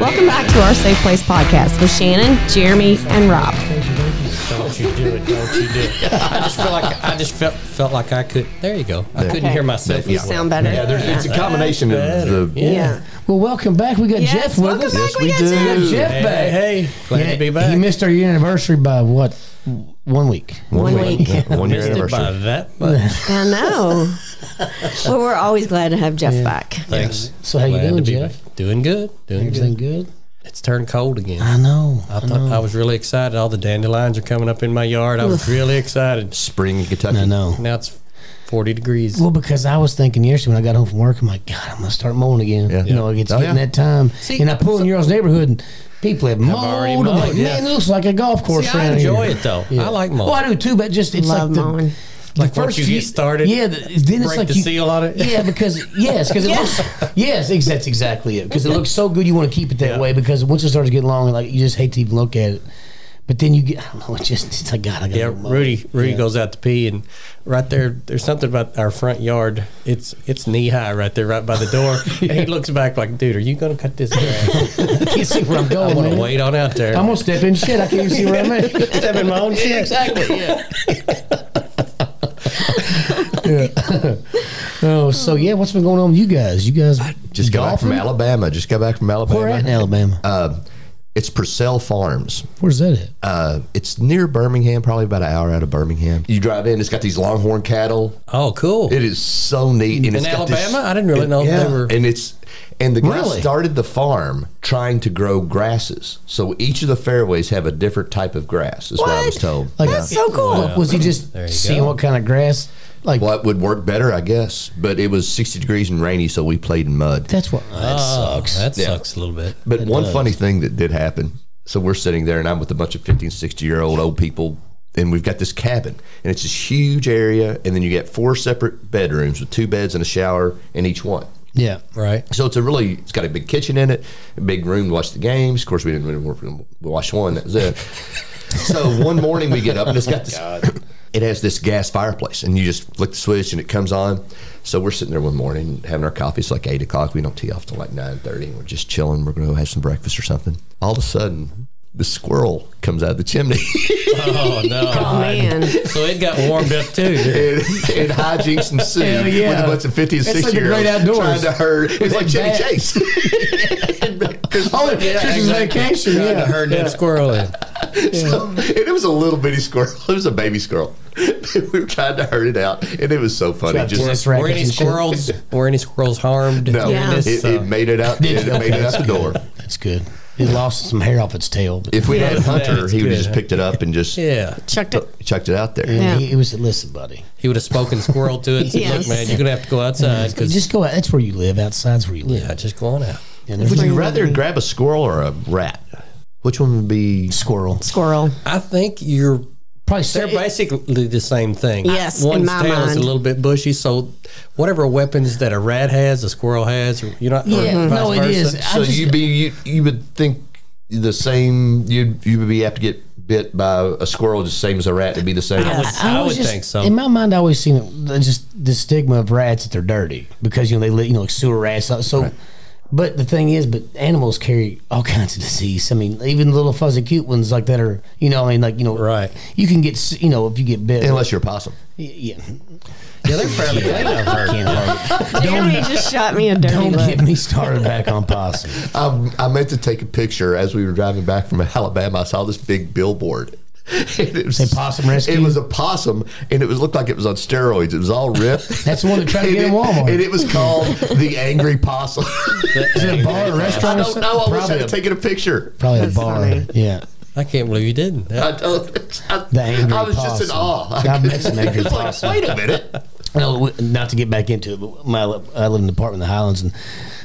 Welcome back to our Safe Place podcast with Shannon, Jeremy, and Rob. Don't you do it? Don't you do it? I just feel like I just felt felt like I could. There you go. I couldn't Okay. hear myself. You as well. sound better. Yeah, there's, it's a combination of the. Yeah. Well, welcome back. We got Yes, Jeff with welcome us. back. Yes, we we got Jeff. do. Jeff Hey, back. hey, glad Yeah, to be back. He missed our year anniversary by what? One week. One week. Yeah, one year Missed it by anniversary. that much. I know. well, we're always glad to have Jeff back. Thanks. So how you Glad to doing, be Jeff? back. Doing good. Doing Everything good. good? It's turned cold again. I know. I thought I was really excited. All the dandelions are coming up in my yard. I was really excited. Spring in Kentucky. I know. Now it's 40 degrees. Well, because I was thinking yesterday when I got home from work, I'm like, God, I'm gonna start mowing again. Yeah. You know, it's Oh, getting yeah. that time. See, and I pull in your all's neighborhood, and people have mowed. already I'm like, mowed, yeah. man, it looks like a golf course. See, I around enjoy here." it, though. I like mowing. Well, I do too, but just it's Love like the, mowing. Like once you get started, Yeah, the, then it's break like the you, seal on it. Yeah, because yes, because it Yeah. looks yes, ex- that's exactly it. Because it looks so good, you want to keep it that Yeah. way. Because once it starts getting long, like you just hate to even look at it. But then you get, I don't know, it's just it's like God, I got Yeah, Rudy. Rudy goes out to pee, and right there, there's something about our front yard. It's it's knee high right there, right by the door. And he looks back like, dude, are you gonna cut this grass? I can't see where I'm I going. want to man. wait on out there. Oh, I'm gonna step in shit. I can't even see where I'm at. step in my own shit. exactly. Yeah. Yeah. oh, so yeah, what's been going on with you guys? You guys Just got back from golfing? Alabama. Just got back from Alabama. Where at in Alabama? Uh, it's Purcell Farms. Where's that at? Uh, it's near Birmingham, probably about an hour out of Birmingham. You drive in, it's got these longhorn cattle. Oh, cool. It is so neat. And in it's got this- Alabama, I didn't really know yeah. they were. And it's and the guy Really? started the farm trying to grow grasses. So each of the fairways have a different type of grass, is what, I was What? told. Like, uh, That's so cool. was he just There you seeing go. what kind of grass? Like What would work better, I guess. But it was sixty degrees and rainy, so we played in mud. that's what that Oh, sucks. That Yeah. sucks a little bit. But one funny thing that did happen. So we're sitting there, and I'm with a bunch of 15, 60 year old old people, and we've got this cabin, and it's this huge area, and then you get four separate bedrooms with two beds and a shower in each one. yeah. Right. So it's a really, it's got a big kitchen in it, a big room to watch the games. Of course, we didn't really work, we watched one. That was it. so one morning we get up and it's got this, it has this gas fireplace, and you just flick the switch and it comes on. So we're sitting there one morning having our coffee. It's like eight o'clock. We don't tee off till like nine thirty, and we're just chilling. We're gonna go have some breakfast or something. All of a sudden, the squirrel comes out of the chimney. Oh no. Oh, man. So it got warmed up too. and, and hijinks ensued Hell, yeah. with a bunch of 50 and It's like 60 the year great olds outdoors. trying to herd. It's like Chevy bad. Chase. Oh, this is exactly. vacation. Tried to Yeah. herd that squirrel in. So, and it was a little bitty squirrel. It was a baby squirrel. we were trying to herd it out, and it was so funny. Tried to Just It's Were rabbits any and shit. squirrels? Were any squirrels harmed? no, Yeah. during this, it, uh, it made it out. It made it out the door. That's good. It lost some hair off its tail, but If we had Hunter, that's he would have good. just picked it up and just yeah. Chucked it. chucked it out there. Yeah. he, it was listen, buddy. He would have spoken squirrel to it. And said, Yes. Look, man, you're gonna have to go Uh, outside because Mm-hmm. Just go out. That's where you live. Outside's where you live. yeah, just go on out. And Would there's you rather grab a squirrel or a rat? Which one would be? squirrel. Squirrel. I think you're. Probably They're say, basically the same thing. Yes, in one's my tail is mind. a little bit bushy, so whatever weapons that a rat has, a squirrel has, or, you know, Yeah, or no, vice it is. versa. I So just- you'd be you, you would think the same. You you would be have to get bit by a squirrel just same as a rat. It'd be the same. I would always just- think so. In my mind, I always seen it, the- just the stigma of rats that they're dirty because you know they li- you know like sewer rats. So, so- but the thing is, but animals carry all kinds of disease. I mean, even little fuzzy cute ones like that are you know I mean like you know Right. You can get s- you know if you get bit. Unless you're a possum. yeah, Yeah, they're fairly clean. I've heard. Jeremy just shot me a dirty don't look. get me started back on possum. I, Um, I meant to take a picture as we were driving back from Alabama. I saw this big billboard. And it was Say possum rescue? It was a possum, and it was looked like it was on steroids. It was all ripped. That's the one that tried to And get in it- Walmart. and it was called the Angry Possum. Is it a bar, a I restaurant? or don't know. I something? wish I Probably, had a, taken a picture. probably a That's bar. funny. Yeah. I can't believe you didn't. That- I, don't, I, The Angry I was just in Possum. awe. I I've met couldn't- some Angry it's like, Possum. Wait a minute. No, w- not to get back into it, but my, I live in an apartment in the Highlands, and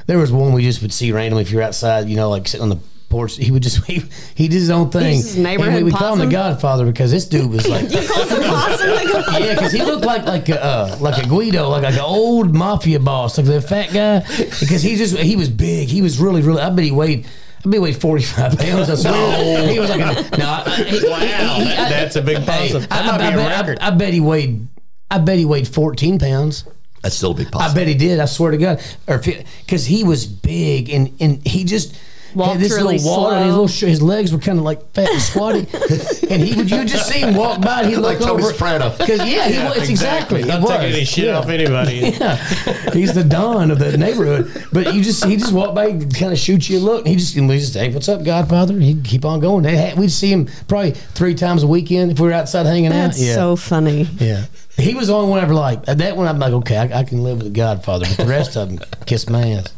there was one we just would see randomly if you're outside, you know, like sitting on the porch. He would just, he, he did his own thing. He's his neighborhood and we would call him the possum. Godfather because this dude was like, You called him possum? Like a yeah, because he looked like like a, uh, like a Guido, like, like an old mafia boss, like that fat guy. Because he just he was big. He was really really. I bet he weighed. I bet he weighed forty five pounds. I swear. He was like a, no. I, I- he- wow, he- that- I- that's a big Hey, possum. I, That might I be a bet- I- record. I bet he weighed. I bet he weighed fourteen pounds. That's still a big I possum. bet he did. I swear to God, or because he was big and and he just had Walked this really little water. and His, slow. little sh- his legs were kind of like fat and squatty, and he would you would just see him walk by. And he'd Like look Tony over Soprano. because yeah, he was exactly. Not it was. taking any shit Yeah. off anybody. Yeah. He's the don of the neighborhood. But you just he just walked by, and kind of shoots you a look, and he just and we just hey, what's up, Godfather? And he'd keep on going. They had- We'd see him probably three times a weekend if we were outside hanging That's out. Yeah. so funny. yeah. He was the only one I ever like that one. I'm like, okay, I, I can live with the Godfather, but the rest of them kiss my ass.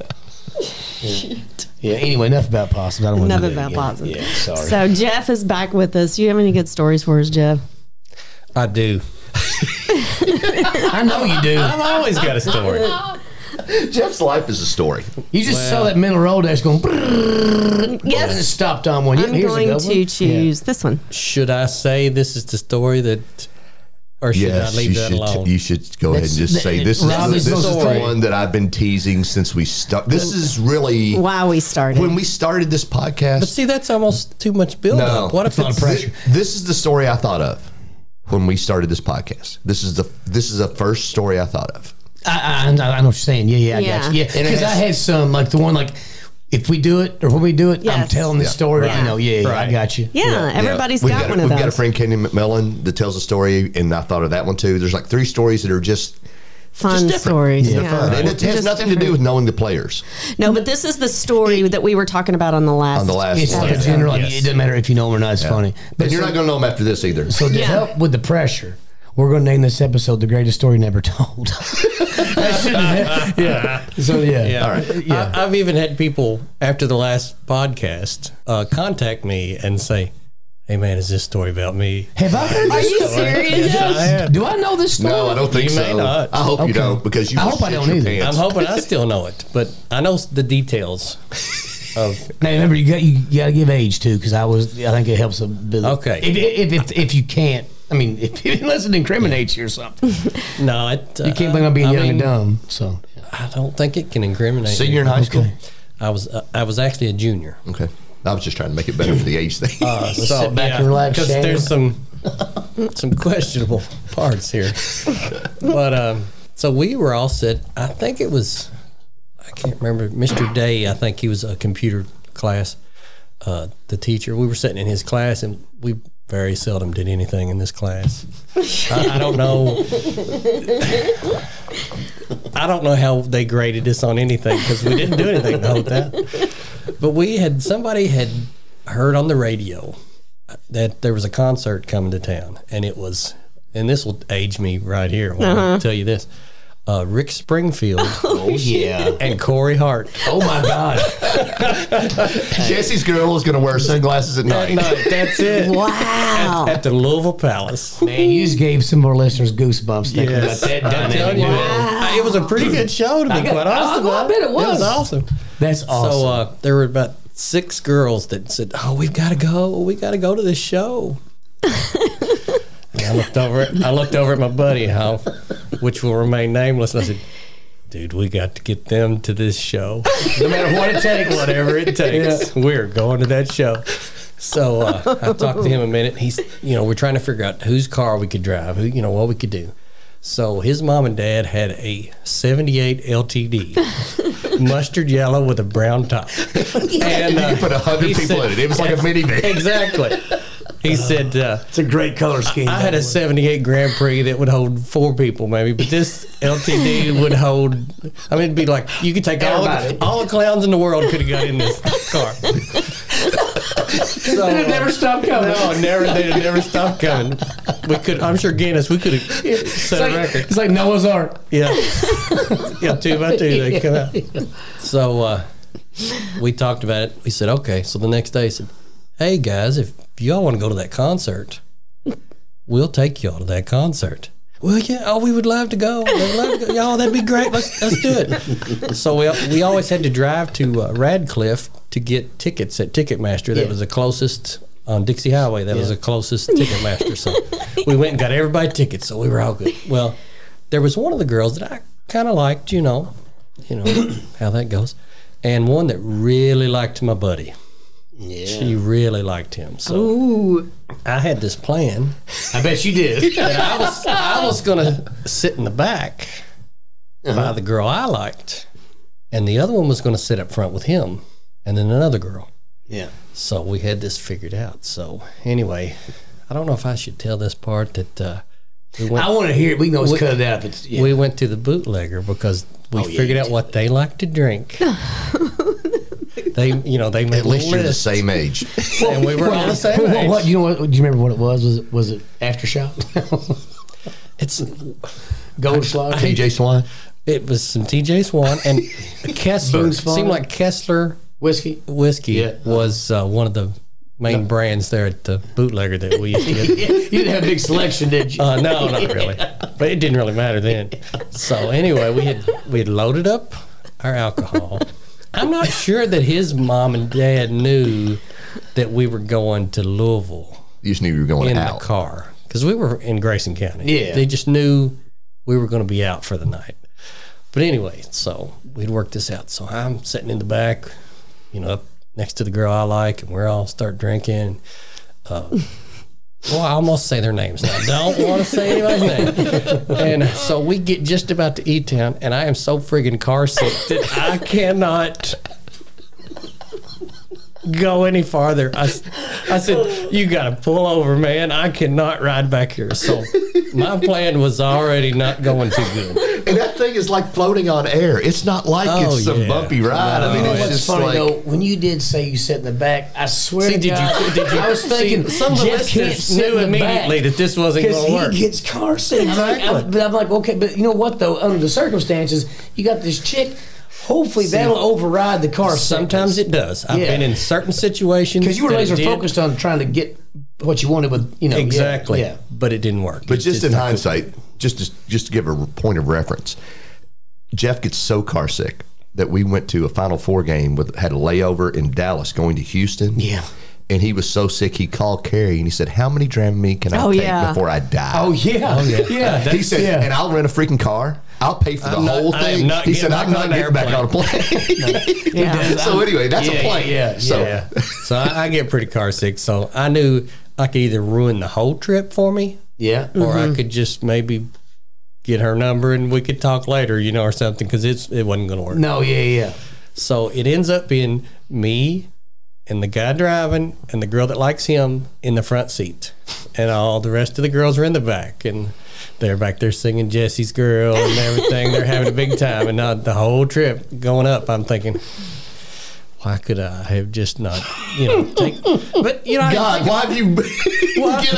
Yeah. yeah. Anyway, enough about possums. I don't want Enough to about possums. Yeah. Sorry. So Jeff is back with us. Do you have any good stories for us, Jeff? I do. I know you do. I've always got a story. Jeff's life is a story. You just saw that mental roll dash going. Yes. And it stopped on one. I'm Here's a going good one. to choose this one. Should I say this is the story that, or should Yes, I leave you that should. alone? You should go ahead and That's- just that- say this is Rob the, is this is supposed the to- one that I've been teasing since we started. This is really Why we started. when we started this podcast. but see, that's almost too much buildup. No. What if it's This, this is the story I thought of when we started this podcast. This is the this is the first story I thought of. I, I, I know what you're saying. Yeah, yeah, I got you. Yeah. Yeah, And it because I has- had some like the one like if we do it or when we do it, I'm Yes. telling the Yeah. story. Right. You know, yeah, yeah, Right. I got you. yeah, everybody's We've got, a- one of We've those. got a friend, Kenny McMillan, that tells a story, and I thought of that one too. There's like three stories that are just Fun different. stories. they're fun, and it has Just nothing to do different. with knowing the players No, but this is the story that we were talking about on the last. on the last. It's like one. a general. Like, Yes. It doesn't matter if you know 'em or not. It's funny. But And you're so, not going to know them after this either. so to Yeah. help with the pressure, we're going to name this episode "The Greatest Story Never Told." That shouldn't have- yeah. So yeah. Yeah. All right. Yeah. I, I've even had people after the last podcast uh, contact me and say, "Hey, man, is this story about me?" Have I heard Are this? you story? serious? Yes, I am. Do I know this story? No, I don't think You so. may not. I hope you Okay. don't because you. I will hope I shit don't your either. pants. I'm hoping I still know it, but I know the details. Of Now remember, you got you got to give age too, because I was. I think it helps a bit. Okay. If if, if, if you can't, I mean, if, unless it incriminates you or something, you no, it, uh, can't blame it on being I young mean, and dumb. So I don't think it can incriminate. me. Senior in high school. I was uh, I was actually a junior. Okay. I was just trying to make it better for the age thing. So, sit back and relax, because Shannon. there's some some questionable parts here. but um, so we were all set. I think it was I can't remember Mr. Day. I think he was a computer class. Uh, the teacher. We were sitting in his class, and we very seldom did anything in this class. I, I don't know. I don't know how they graded us on anything because we didn't do anything to hold that. But we had somebody had heard on the radio that there was a concert coming to town, and it was, and this will age me right here. When I tell you this, uh, Rick Springfield Uh-huh. oh yeah, and Corey Hart. oh my god, Jesse's girl is going to wear sunglasses at night. No, that's it. Wow. At the Louisville Palace. man, you just gave some of our listeners goosebumps thinking Yes. about that I'm telling dynamic. you, it, it was a pretty good show to be got- quite I- honest. I about bet it It was was. awesome. That's awesome. So uh, there were about six girls that said, "Oh, we've got to go. We got to go to this show." And I looked over. At, I looked over at my buddy, how, which will remain nameless. And I said, "Dude, we got to get them to this show, no matter what it takes, whatever it takes. We're going to that show." So uh, I talked to him a minute. He's, you know, we're trying to figure out whose car we could drive, who, you know, what we could do. So his mom and dad had a '78 LTD, mustard yellow with a brown top, and uh, you put a hundred he people said- in it. It was like a minivan. exactly. He said, uh, it's a great color scheme. I had a 78 Grand Prix that would hold four people, maybe, but this LTD would hold, I mean, it'd be like, you could take all Everybody. the, all the clowns in the world could have got in this car. So, It never uh, stopped coming. no, never, they never stopped coming. We could, I'm sure Guinness, we could have It's set a like, record. it's like Noah's Ark. Yeah. yeah, two by two, they come out. So uh, we talked about it. We said, okay. So the next day, I said, hey, guys, if y'all want to go to that concert, we'll take y'all to that concert. Well, yeah. Oh, we would love to go. We'd love to go. Y'all, that'd be great. Let's, let's do it. So we, we always had to drive to uh, Radcliffe to get tickets at Ticketmaster. That was the closest on Dixie Highway. That was the closest Ticketmaster. So we went and got everybody tickets. So we were all good. Well, there was one of the girls that I kind of liked. You know, you know how that goes. And one that really liked my buddy. Yeah. She really liked him. So I had this plan I bet you did. I was I was gonna sit in the back by the girl I liked, and the other one was gonna sit up front with him. and then another girl. Yeah. So we had this figured out. So anyway, I don't know if I should tell this part that uh, we went I want to hear it. We can always We- cut it out if it's. Yeah. we went to the bootlegger because we Oh, yeah, figured you out what they like to drink. they, you know, they made At least you're the same age. and we were all the same What, age. what- you know what? Do you remember what it was? Was it, was it aftershock? It's Goldschlager? TJ Swan. it was some TJ Swan and Kessler. Boone Swan. seemed like Kessler Whiskey? whiskey Yeah. was uh, one of the main brands there at the bootlegger that we used to get. Yeah, you didn't have a big selection, did you? Uh, no, not really. But it didn't really matter then. So anyway, we had we had loaded up our alcohol. I'm not sure that his mom and dad knew that we were going to Louisville You just knew you were going in out. the car because we were in Grayson County. Yeah. they just knew we were going to be out for the night. But anyway, so we'd worked this out. So I'm sitting in the back, you know, up next to the girl I like, and we're all start drinking. Uh, Well, I almost say their names. I don't want to say anybody's name. And so we get just about to E Town, and I am so friggin' car sick that I cannot go any farther. I, s- I said, You got to pull over, man. I cannot ride back here. So my plan was already not going too good. And that thing is like floating on air. It's not like Oh, it's some yeah. bumpy ride. I mean, You know it's what's just funny like though? When you did say you sat in the back, I swear See, to did you- God, did you- I was thinking Some of the Jeff can't listeners sit in knew the back. immediately that this wasn't Because going to he work. gets car sick. I'm Exactly. like, I'm, but I'm like, okay, but you know what though? Under the circumstances, you got this chick. Hopefully, that'll override the car. Sometimes it does. I've Yeah. been in certain situations because you were that it laser did- focused on trying to get what you wanted with you know yeah, Exactly. Yeah, But it didn't work. But just in hindsight, just to, just to give a point of reference, Jeff gets so car sick that we went to a Final Four game with had a layover in Dallas going to Houston. Yeah. And he was so sick, he called Carrie and he said, "How many Dramamine can I Oh, take yeah. before I die?" Oh yeah, oh, yeah. Uh, yeah. he said, yeah. "And I'll rent a freaking car. I'll pay for the I'm not- whole I am thing." not He getting said, back "I'm not on an getting back on a airplane." plane." Yeah. so anyway, that's Yeah, a plane. yeah, so yeah. so I, I get pretty car sick. So I knew I could either ruin the whole trip for me, yeah. or I could just maybe get her number and we could talk later, you know, or something, because it's it wasn't going to work. No, yeah, yeah. So it ends up being me and the guy driving and the girl that likes him in the front seat, and all the rest of the girls are in the back and. They're back there singing Jesse's Girl and everything. They're having a big time. And uh, the whole trip going up, I'm thinking, why could I have just not, you know, take. But, you know, I- God, why have you given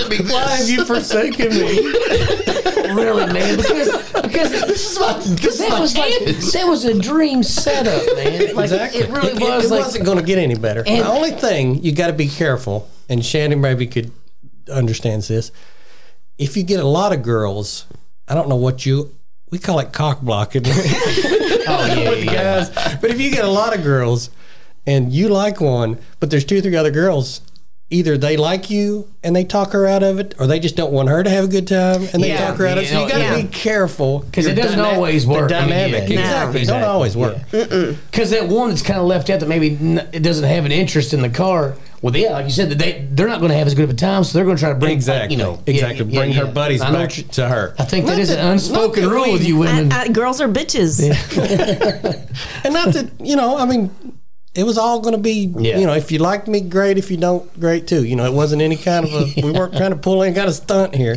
me this? why have you forsaken me? Really, man, because because this is my this is that my was like kids. that was a dream setup, man. Like it really was. It, like, wasn't going to get any better. And- the only thing you got to be careful, and Shannon maybe could understands this. If you get a lot of girls, I don't know what you we call it cock blocking with oh yeah, the guys. But if you get a lot of girls and you like one, but there's two or three other girls. Either they like you and they talk her out of it, or they just don't want her to have a good time and they Yeah. talk her out of it. So you Yeah, got to yeah. be careful 'Cause it Your doesn't dyna- always work. The I mean, yeah, dynamic, yeah. exactly. It don't Exactly. always work. Because that one that's kind of left out that maybe n- it doesn't have an interest in the car. Well, yeah, like you said, they they're not going to have as good of a time, so they're going to try to bring uh, Exactly. you know yeah, exactly. yeah, Bring yeah. her buddies I know back what you- to her. I think that is an unspoken that rule we- with you women. I, I, girls are bitches. And not that, you know, I mean, it was all going to be, Yeah. you know, if you like me, great. If you don't, great too. You know, it wasn't any kind of a, we weren't trying to pull any kind of stunt here.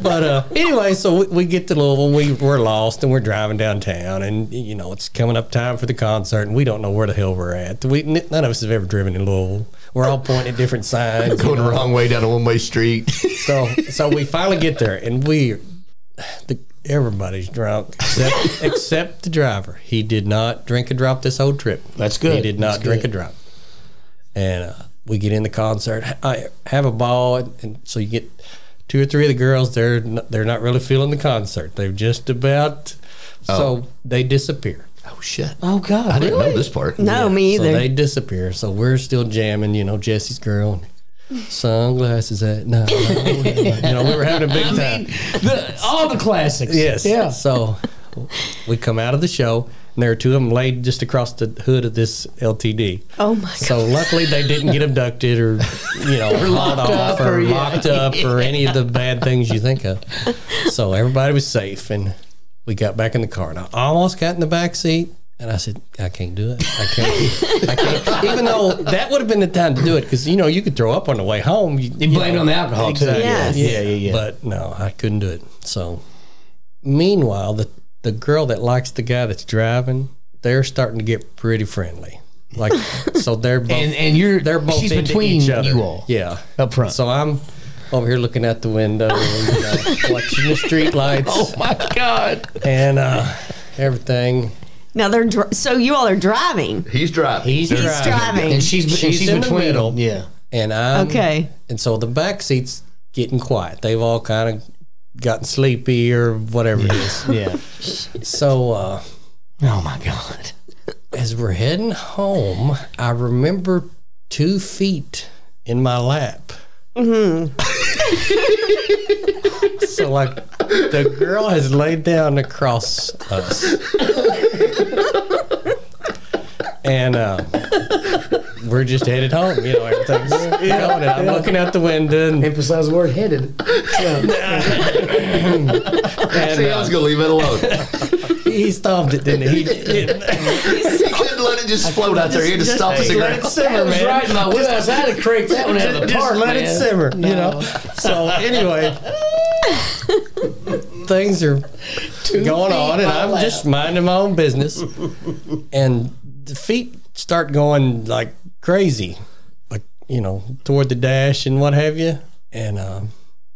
but uh, anyway, so we, we get to Louisville, we, we're lost and we're driving downtown and, you know, it's coming up time for the concert and we don't know where the hell we're at. We, n- none of us have ever driven in Louisville. We're all pointing at different signs. Going the wrong way down a one way street. So so we finally get there, and we, the, everybody's drunk except except the driver. He did not drink a drop this whole trip. That's good. He did not That's drink good. a drop. And uh, we get in the concert. I have a ball, and, and so you get two or three of the girls. They're n- they're not really feeling the concert. They've just about so they disappear. Oh shit! oh God, I didn't really? know this part. No, Oh, me So either. they disappear. So we're still jamming, you know, Jesse's girl. and Sunglasses at night. you know, we were having a big time. The- all the classics. Yes. Yeah. So we come out of the show, and there are two of them laid just across the hood of this LTD. oh my god. So luckily they didn't get abducted or you know hauled locked off up or, or- yeah. locked up or any of the bad things you think of. So everybody was safe, and we got back in the car. And I almost got in the back seat. And I said, I can't do it. I can't. I can't. Even though that would have been the time to do it, because you know you could throw up on the way home. You, You blame it on the alcohol too. Exactly. Yes. Yeah, yeah, yeah. But no, I couldn't do it. So, meanwhile, the the girl that likes the guy that's driving, they're starting to get pretty friendly. Like, so they're both and and you're they're both she's into between each other. you all. Yeah, Up front. So I'm over here looking out the window, and, you know, watching the street lights Oh, My God. and uh, everything. Now they're dr- so you all are driving. He's driving. He's He's driving. driving. And she's, and She's she's in the between middle. them. Yeah. and I'm Okay. And so the back seats getting quiet. They've all kind of gotten sleepy or whatever it is. Yeah. So uh, oh my God. as we're heading home, I remember two feet in my lap. Mm-hmm. so like the girl has laid down across us. And uh, we're just headed home, you know. Everything's going, and I'm looking out the window, and Emphasize the word headed. See, uh, I was gonna leave it alone. he stomped it, didn't he? He he couldn't let it just float out there. He had to stop the let it simmer, cigarette. man. my wheelhouse. I had to crank that one out just let it simmer, you know. So anyway, things are going on, and I'm just minding my own business, and the feet start going like crazy, like you know, toward the dash and what have you, and um,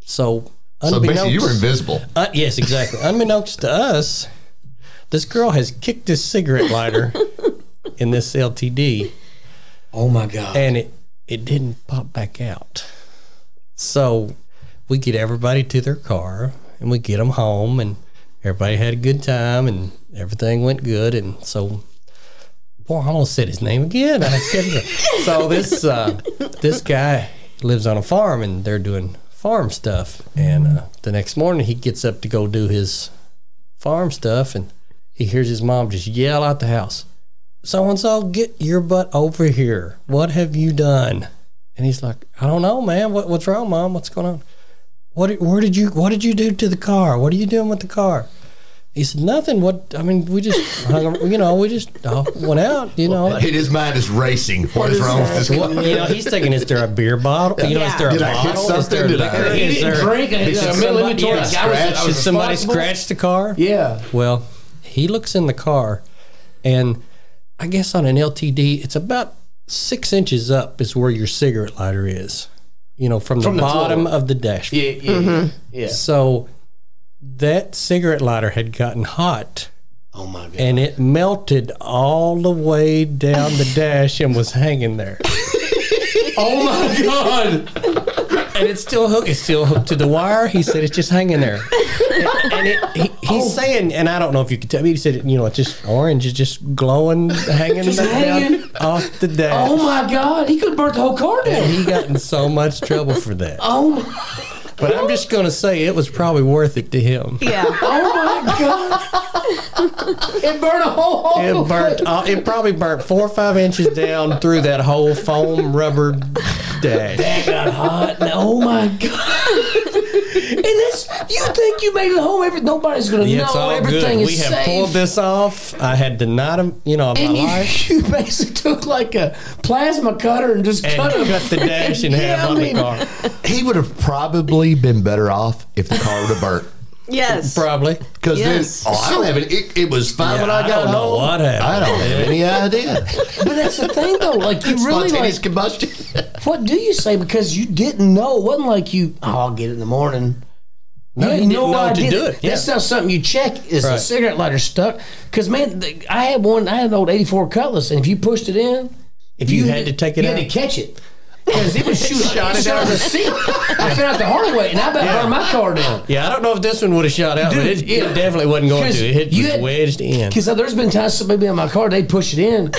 so So basically, you were unbeknownst- invisible. Uh, yes, exactly. Unbeknownst to us, this girl has kicked this cigarette lighter in this LTD, Oh my God. and it it didn't pop back out. So we get everybody to their car, and we get them home, and everybody had a good time, and everything went good, and so. Boy, I almost said his name again. I was kidding. so this uh, this guy lives on a farm, and they're doing farm stuff. And uh, the next morning, he gets up to go do his farm stuff, and he hears his mom just yell out the house, "So and so, get your butt over here! What have you done?" And he's like, "I don't know, man. What, what's wrong, mom? What's going on? What? did- Where did you? What did you do to the car? What are you doing with the car?" He said, "Nothing. What? I mean, we just hung. ar- You know, we just uh, went out. You know." And his mind is racing. what is wrong with this guy? You know, he's thinking, is there a beer bottle? You know, is there a Did I hit bottle? Is there something? Did I- liquor? He Is didn't there- drink and Did it's a somebody- military yeah, guy was- I was Did somebody responsible. scratch the car? Yeah. Well, he looks in the car, and I guess on an LTD, it's about six inches up is where your cigarette lighter is. You know, from the, From the bottom floor. of the dash. Yeah. Yeah. Yeah. So that cigarette lighter had gotten hot. Oh my God. And it melted all the way down the dash and was hanging there. Oh my God. and it's still hooked. It's still hooked to the wire. He said it's just hanging there. And, and it, he, Oh. he's saying, and I don't know if you could tell me. He said, you know, it's just orange, it's just glowing, hanging back hanging. down off the dash. Oh my God. He could have burnt the whole car down. And he got in so much trouble for that. Oh my, But I'm just gonna say it was probably worth it to him. Yeah. oh my God. it burned a whole hole. It burnt. Uh, it probably burnt four or five inches down through that whole foam rubber dash. It got hot. And, oh my god! and this, you think you made it home? Every nobody's gonna Yeah, it's know. all Everything good. is We have safe. pulled this off. I had denied him, you know, of my and life. you, you basically took like a plasma cutter and just And cut him. cut the dash in Yeah, half I on the mean- car. He would have probably been better off if the car would have burnt. Yes. Probably. Because Yes. then, oh, I don't have any. It, it was fine when Yeah, I I got don't know home. what happened. I don't have any idea. But that's the thing, though. Like you really Spontaneous like. combustion. What do you say? Because you didn't know. It wasn't like you. Oh, I'll get it in the morning. No, you had didn't know to do it. That's not something you check. Is the Right. cigarette lighter stuck? Because man, the, I had one. I had an old '84 Cutlass, and if you pushed it in, if You had to take it you out? had to catch it because it was shooting. Shot shot it it out of the seat. I found out the hard way, and I about burned my car down. Yeah, I don't know if this one would have shot out, but Dude, it, it yeah. definitely wasn't going Because to. It you was had- wedged in. Because there's been times somebody been in my car, they'd push it in,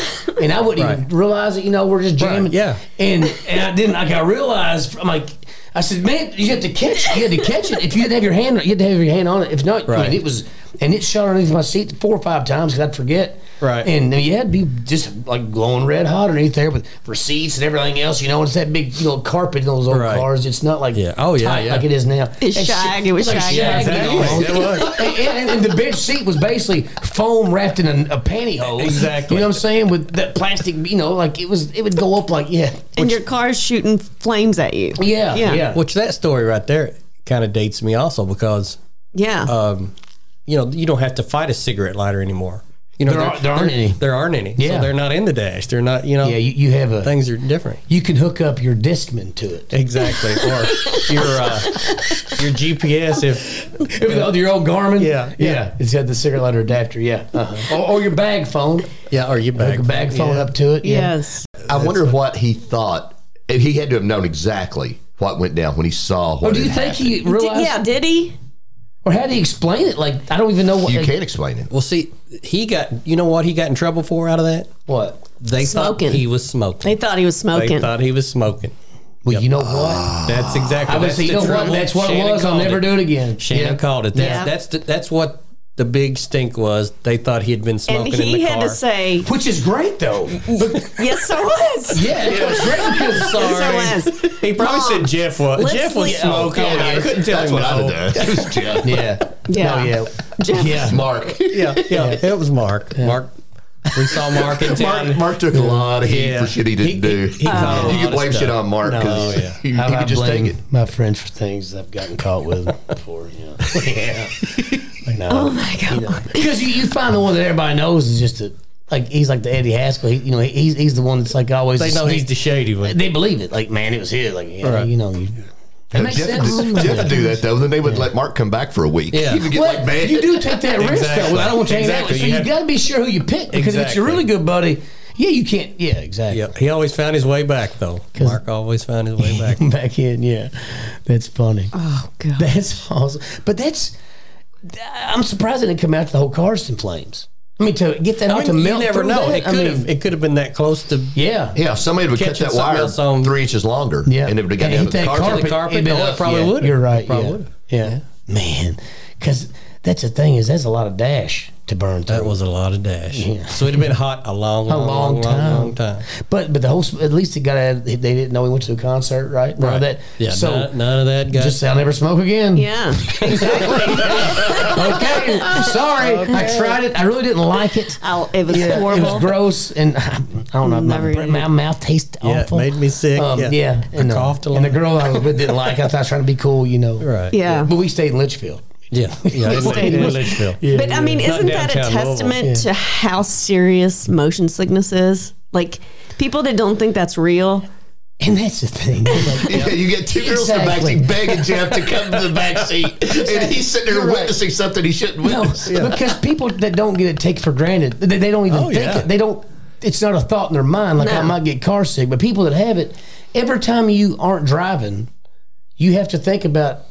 and I wouldn't Right. even realize it. You know, we're just jamming. yeah. And and I didn't like I realized. I'm like, I said, man, you had to catch. it. You had to catch it. If you didn't have your hand, you had to have your hand on it. If not, I mean, Right. it was, and it shot underneath my seat four or five times because I'd forget. Right. And you had people just like glowing red hot underneath there with receipts and everything else. You know, it's that big you know carpet in those old Right. cars. It's not like Yeah. Oh, yeah, tight yeah. like it is now. It's That shag. shit- It was like shag. shag, Yeah, you know. exactly. It was. and, and- and the bench seat was basically foam wrapped in a, a pantyhose. Exactly. You know what I'm saying? With that plastic, you know, like it was, it would go up like yeah. and your car's shooting flames at you. Yeah, Yeah. yeah, Which that story right there kind of dates me also because Yeah. um, you know you don't have to fight a cigarette lighter anymore. You know There they're- aren't- there aren't they're- any. There aren't any. Yeah. So they're not in the dash. They're not. You know. yeah. You, you have a, things are different. you can hook up your Discman to it. Exactly. Or your uh, your GPS if Your old Garmin. Yeah, yeah. It's got the cigarette lighter adapter. Yeah, uh-huh. or, or your bag phone. yeah or your Hook bag a bag phone yeah. up to it. Yeah. yes. I wonder what he thought. He had to have known exactly what went down when he saw what. Or do you had think happened. he realized? yeah. Did he? Or how do you explain it? Like I don't even know what. You like, can't explain it. Well, see, he got you know what he got in trouble for out of that. What? They Smoking. thought he was smoking. They thought he was They smoking. thought he was smoking. Well, you know what? That's exactly. I would that's say the you know what. trouble. Ah. That's what Shannon it was. I'll called never do it again. Shannon Yeah. called it. That's Yeah. that's the, that's what the big stink was. They thought he had been and smoking in he the had car. to say, Which is great though. "Yes, I was." Yeah, it was great Yes, because I was. he probably Mom, said Jeff was. let's Jeff was leave- smoking. Oh, I couldn't tell That's him what I'd no. have done. It was Jeff. Yeah. Yeah. No, yeah. Jeff. Yeah. Mark. Yeah, yeah, it was Mark. Mark, we saw Mark in town. Mark, Mark took a lot of heat Yeah. for shit he didn't He- do. he- he called a you lot can of blame stuff. shit on Mark No, because yeah. he, he Oh, How I could just blame take it. my friends for things I've gotten caught with before. You know. yeah. Like, no. Oh my God. Because you, you find the one that everybody knows is just a like he's like the Eddie Haskell. He, you know, he's he's the one that's like always. They the know snake. he's the shady one. They believe it. Like man, it was his. Like yeah, Right. you know. You, that makes Jeff, sense. would- Jeff would do that though. Then they would let Mark come back for a week. Yeah. He would get What? like, man, you do take that risk though. Exactly. Well, I don't want you to hang out Exactly. with. So You you, have- got to be sure who you pick because if it's Exactly. your really good buddy, yeah, you can't. Yeah, exactly. Yeah, he always found his way back though. Mark always found his way back. Back in, yeah, that's funny. Oh God. That's awesome. But that's I'm surprised it didn't come out to the whole car's in flames. I mean, to get that I out mean, to you melt. never through know. that, It I could have. mean, it could have been that close to. Yeah. yeah, if somebody would cut Catching that something wire else on- three inches longer, Yeah. and it would have got Hey, down hit to the that carpit. carpet. carpet, it'd no, been it probably yeah, would've. You're right. Probably yeah. would've. Yeah. man, because that's the thing is that's a lot of dash to burn through. That was a lot of dash. So it'd have been hot a long, long, long, long long, time. long time. but but the whole at least it got out, they didn't know he went to a concert, right? None of that. Yeah. So none, none of that. Guys. just say I'll never smoke again. Yeah. Okay. Sorry. I tried it. I really didn't like it. Oh, it was Yeah, horrible. It was gross, and I don't know. Never My, eat my it. mouth tastes yeah, it awful. made me sick. Um, yeah. yeah. I and, uh, coughed a lot. and the girl I was with didn't like. us. I was trying to be cool, you know. Right. Yeah. But we stayed in Litchfield. Yeah. Yeah. in- Stayed in with- Litchfield. But I mean, Not isn't that a downtown Louisville. testament Yeah. to how serious motion sickness is? Like people that don't think that's real. And that's the thing. Like, Yeah, you get two girls Exactly. in the back seat begging Jeff to come to the back seat, and he's sitting there You're right. witnessing something he shouldn't witness. Oh, Because people that don't get it take for granted, they, they don't even Oh, think yeah. it. They don't. It's not a thought in their mind. Like No. I might get car sick, but people that have it, every time you aren't driving, you have to think about.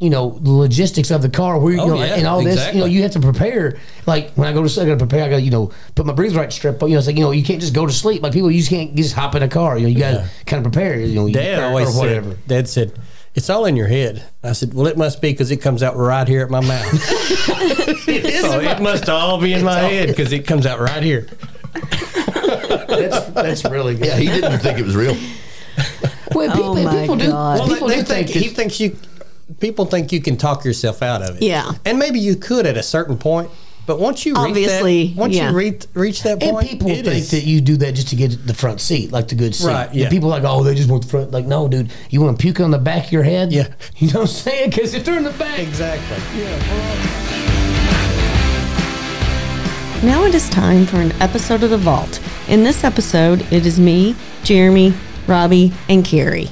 You know the logistics of the car, where you Oh, know, yeah, and all this. You know, exactly. you have to prepare. Like when I go to sleep, I got to prepare. I got to you know put my breathe right strip. on. You know, it's like you know you can't just go to sleep. Like people, you just can't just hop in a car. You know, you got to kind of prepare. You know, you- Dad or always whatever. said. Dad said. It's all in your head. I said, "Well, it must be because it comes out right here at my mouth. so it must all be in my head because it comes out right here." That's, that's really good. Yeah, he didn't think it was real. Well, people, Oh my people do. God. Well, people they do think, think, he it's thinks you. People think you can talk yourself out of it. Yeah. and maybe you could at a certain point, but once you reach Obviously, that, once yeah. you reach reach that And point, people it think is- that you do that just to get the front seat, like the good seat. Right, The yeah. people like, oh, they just want the front. Like, no, dude, you want to puke on the back of your head? Yeah. You know what I'm saying? Because if they're in the back, exactly. Now it is time for an episode of The Vault. In this episode, it is me, Jeremy, Robbie, and Carrie.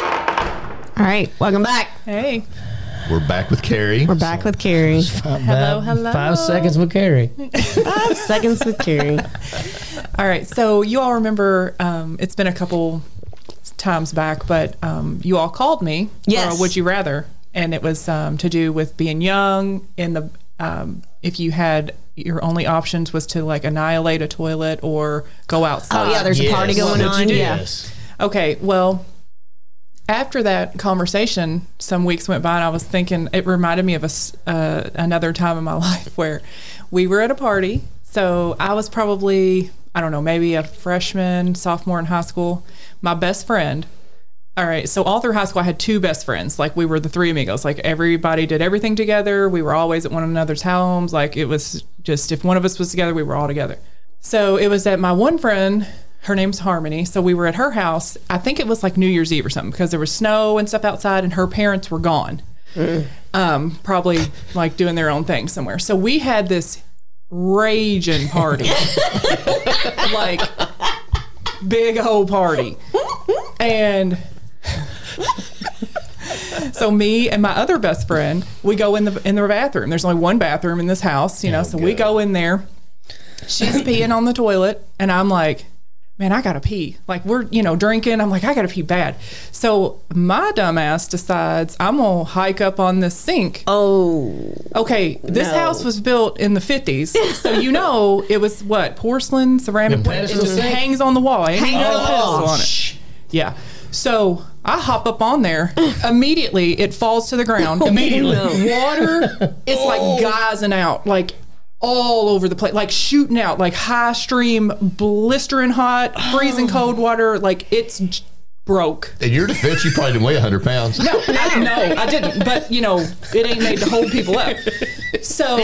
All right, welcome back. Hey. We're back with Carrie. We're back with Carrie. Hello, hello. Five seconds with Carrie. Seconds with Carrie. All right. So you all remember um, it's been a couple times back, but um, you all called me Yes. for a Would You Rather, and it was um, to do with being young in the um, if you had your only options was to like annihilate a toilet or go outside. Oh yeah, there's a party Yes. going Yes. on. Yeah. Yes. Okay, well, after that conversation, some weeks went by, and I was thinking it reminded me of a s- uh, another time in my life where we were at a party. So I was probably I don't know maybe a freshman, sophomore in high school. My best friend. All right, so all through high school, I had two best friends. Like we were the three amigos. Like everybody did everything together. We were always at one another's homes. Like it was just if one of us was together, we were all together. So it was at my one friend. Her name's Harmony. So we were at her house. I think it was like New Year's Eve or something because there was snow and stuff outside, and her parents were gone, um, probably like doing their own thing somewhere. So we had this raging party, like big old party, and. So me and my other best friend, we go in the in the bathroom. There's only one bathroom in this house, you know. so we go in there she's peeing on the toilet and i'm like man i gotta pee like we're you know drinking i'm like i gotta pee bad so my dumbass decides i'm gonna hike up on this sink Oh, okay this no. house was built in the 50s so you know it was what porcelain The ceramic it pedestal just sink? hangs on the wall Ain't Hangs no on the pedestal wall. on it. yeah so I hop up on there. Immediately, it falls to the ground. Immediately, water it's Oh. like geysing out, like all over the place, like shooting out, like high stream, blistering hot, Oh. freezing cold water. Like it's j- broke. In your defense, you probably didn't weigh 100 pounds. No, I, no, I didn't. But you know, it ain't made to hold people up. So